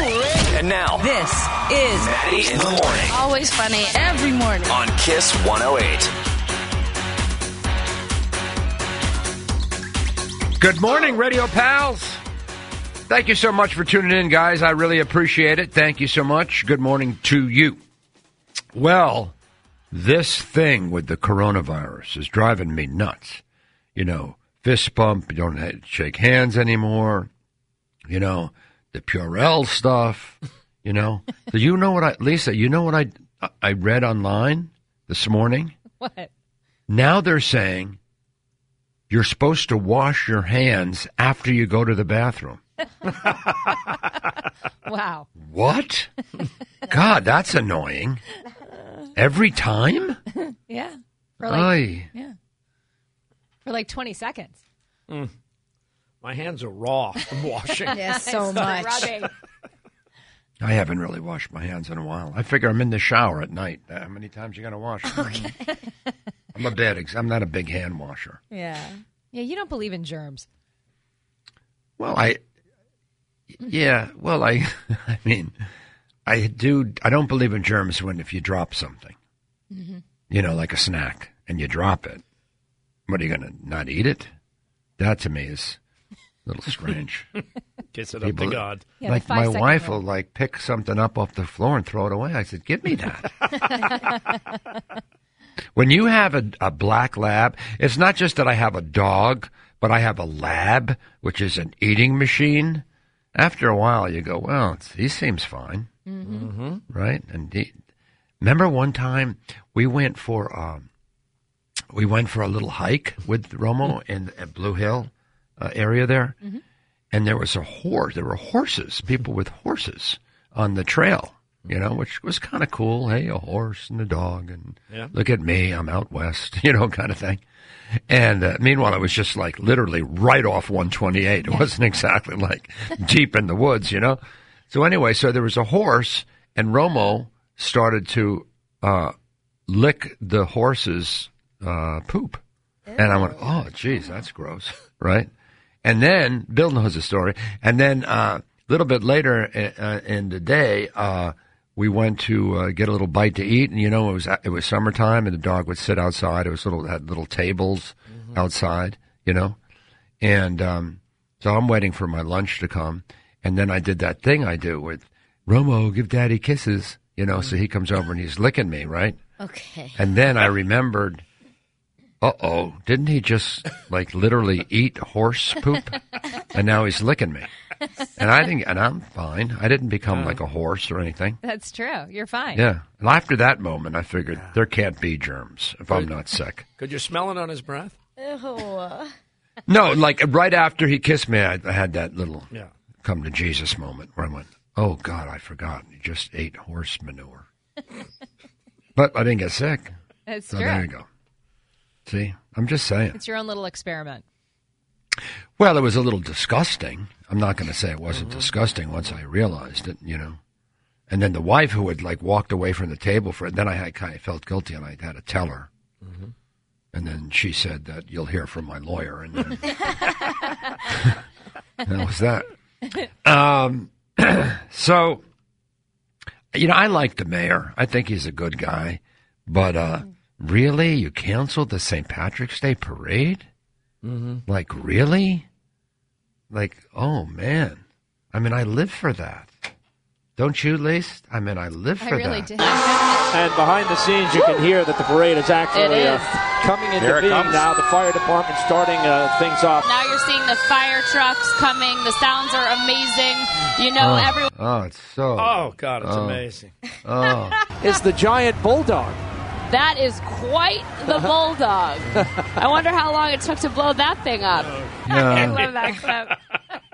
And now, This is Maddie in the Morning always funny every morning. on Kiss 108. Good morning, radio pals. Thank you so much for tuning in, guys. I really appreciate it. Thank you so much. Good morning to you. Well, this thing with the coronavirus is driving me nuts. You know, fist bump, you don't ha- shake hands anymore. You know, the Purell stuff. You know, do you know what I, Lisa, you know what I, I read online this morning? What? Now they're saying you're supposed to wash your hands after you go to the bathroom. Wow. What? God, that's annoying. Every time? Yeah. For like, Aye. yeah. For like 20 seconds. My hands are raw from washing. Yes, so much. Rubbing. I haven't really washed my hands in a while. I figure I'm in the shower at night. Uh, How many times you got to wash? them? I'm a bad. Ex- I'm not a big hand washer. Yeah. Yeah, you don't believe in germs. Well, I, yeah, well, I, I mean, I do. I don't believe in germs when if you drop something, you know, like a snack, and you drop it. What are you gonna not eat it? That to me is a little strange. Kiss it up People- to God. Yeah, the like my five-second wife rule. will like pick something up off the floor and throw it away. I said, "Give me that." when you have a, a black lab, it's not just that I have a dog, but I have a lab, which is an eating machine. After a while, you go, "Well, it's, he seems fine, mm-hmm. right?" And he- remember one time we went for um, we went for a little hike with Romo in, in Blue Hill uh, area there and there was a horse. There were horses, people with horses on the trail, you know, which was kind of cool. Hey, a horse and a dog, and Yeah. look at me, I'm out west, you know, kind of thing. And uh, meanwhile, it was just like literally right off 128. It wasn't exactly like deep in the woods, you know. So anyway, so there was a horse, and Romo started to uh, lick the horse's uh, poop. And I went, oh, geez, that's gross, right? And then Bill knows the story. And then uh, a little bit later i- uh, in the day, uh, we went to uh, get a little bite to eat, and you know it was it was summertime, and the dog would sit outside. It was little had little tables outside, you know, and um, so I'm waiting for my lunch to come, and then I did that thing I do with Romo, give Daddy kisses, you know. So he comes over and he's licking me, right? Okay. And then I remembered, uh oh, didn't he just like literally eat horse poop? And now he's licking me. And I didn't, and I'm fine. I didn't become like a horse or anything. That's true. You're fine. Yeah. And after that moment, I figured there can't be germs if I'm not sick. Could you smell it on his breath? No, like right after he kissed me, I, I had that little Yeah. come to Jesus moment where I went, oh God, I forgot. You just ate horse manure. but I didn't get sick. That's So true. there you go. See, I'm just saying. It's your own little experiment. Well, it was a little disgusting. I'm not going to say it wasn't disgusting once I realized it, you know. And then the wife who had like walked away from the table for it, then I had kind of felt guilty and I had to tell her. And then she said that you'll hear from my lawyer. And then that was that. Um, so, you know, I like the mayor. I think he's a good guy. But uh, really, you canceled the St. Patrick's Day parade? Like, really? Like, oh man. I mean, I live for that. Don't you, Lace? I mean, I live for I really that. did. And behind the scenes, you can hear that the parade is actually It uh, is. coming into Here it being comes. now. The fire department starting uh, things off. Now you're seeing the fire trucks coming. The sounds are amazing. You know, Oh, everyone. oh, it's so. Oh, God, it's amazing. It's the giant bulldog. That is quite the bulldog. I wonder how long it took to blow that thing up. I Yeah. love that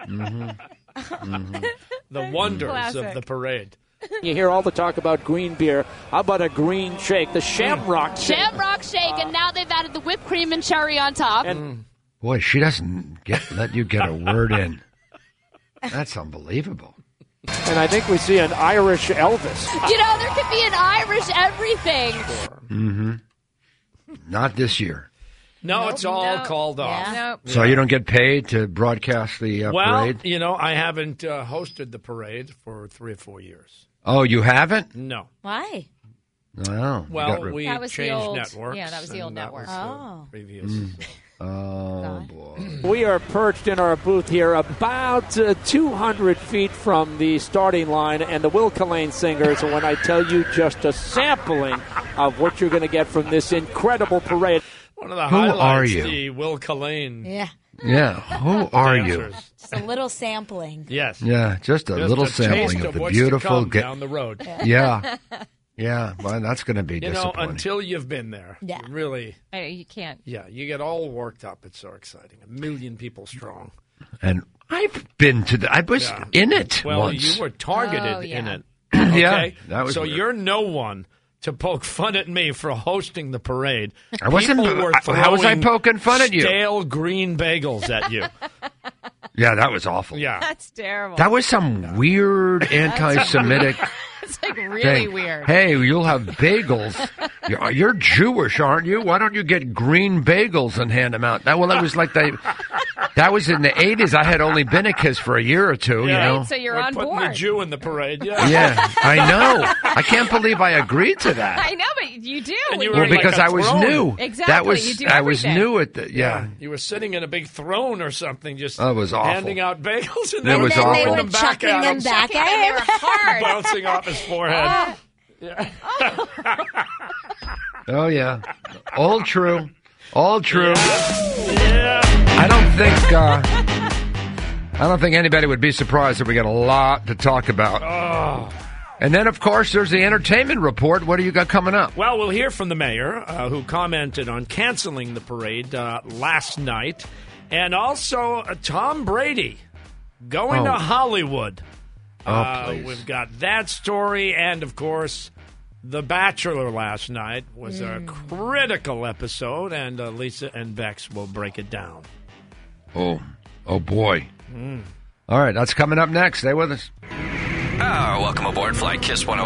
clip. The wonders Classic. of the parade. You hear all the talk about green beer. How about a green shake? The shamrock shake. Shamrock shake, and now they've added the whipped cream and cherry on top. Boy, she doesn't get let you get a word in. That's unbelievable. And I think we see an Irish Elvis. you know, there could be an Irish everything. Not this year. No, it's all Nope. called off. Yeah. Nope. So you don't get paid to broadcast the uh, Well, parade? you know, I haven't uh, hosted the parade for three or four years. Oh, you haven't? No. Why? No. you Well, got re- we That was the changed old- networks. yeah, that was the and old that was network. the Oh. Previous. so. Mm. oh boy. We are perched in our booth here about uh, 200 feet from the starting line and the Will Collane Singers. And when I tell you just a sampling of what you're going to get from this incredible parade, One of the Who highlights, are you? the Will Collane Yeah. Yeah. Who are you? dancers. Just a little sampling. Yes. Yeah, just a Just little a sampling taste of of the what's beautiful. to come down the road. yeah. Yeah. Well, that's going to be You know, disappointing. until you've been there. Yeah. you Really, Uh, you can't. yeah, you get all worked up. It's so exciting. A million people strong. and I've been to the. I was Yeah. in it Well, once. you were targeted Oh, yeah. in it. Yeah, Okay? that was so weird. you're no one to poke fun at me for hosting the parade. I wasn't- People were I- how was I throwing poking fun at you? Stale green bagels at you. yeah, that was awful. Yeah. That's terrible. That was some weird anti-Semitic That's like really thing. weird. Hey, you'll have bagels. You're, you're Jewish, aren't you? Why don't you get green bagels and hand them out? That well, that was like they. That was in the eighties. I had only been a kiss for a year or two. Yeah. You know. Right, so you're We're on putting board. the Jew in the parade. Yeah. yeah, I know. I can't believe I agreed to that. I know, but you do. And you when were you're- Well, like because a I was throne. new. That Exactly, was you do I was everything. new at the yeah. You were sitting in a big throne or something, just That was awful. handing out bagels, That and they were was then throwing they awful. were them back chucking at them him, back and they at were him. hard. bouncing off his forehead. Oh yeah, all true, all true. yeah. I don't think uh, I don't think anybody would be surprised that we got a lot to talk about. Oh. And then, of course, there's the entertainment report. What do you got coming up? Well, we'll hear from the mayor uh, who commented on canceling the parade uh, last night, and also uh, Tom Brady going Oh. to Hollywood. Oh, Uh, please. we've got that story, and of course, The Bachelor last night was a critical episode, and uh, Lisa and Bex will break it down. oh, oh boy. Hmm. All right, that's coming up next. Stay with us. Ah, welcome Oh, aboard Flight Kiss 108.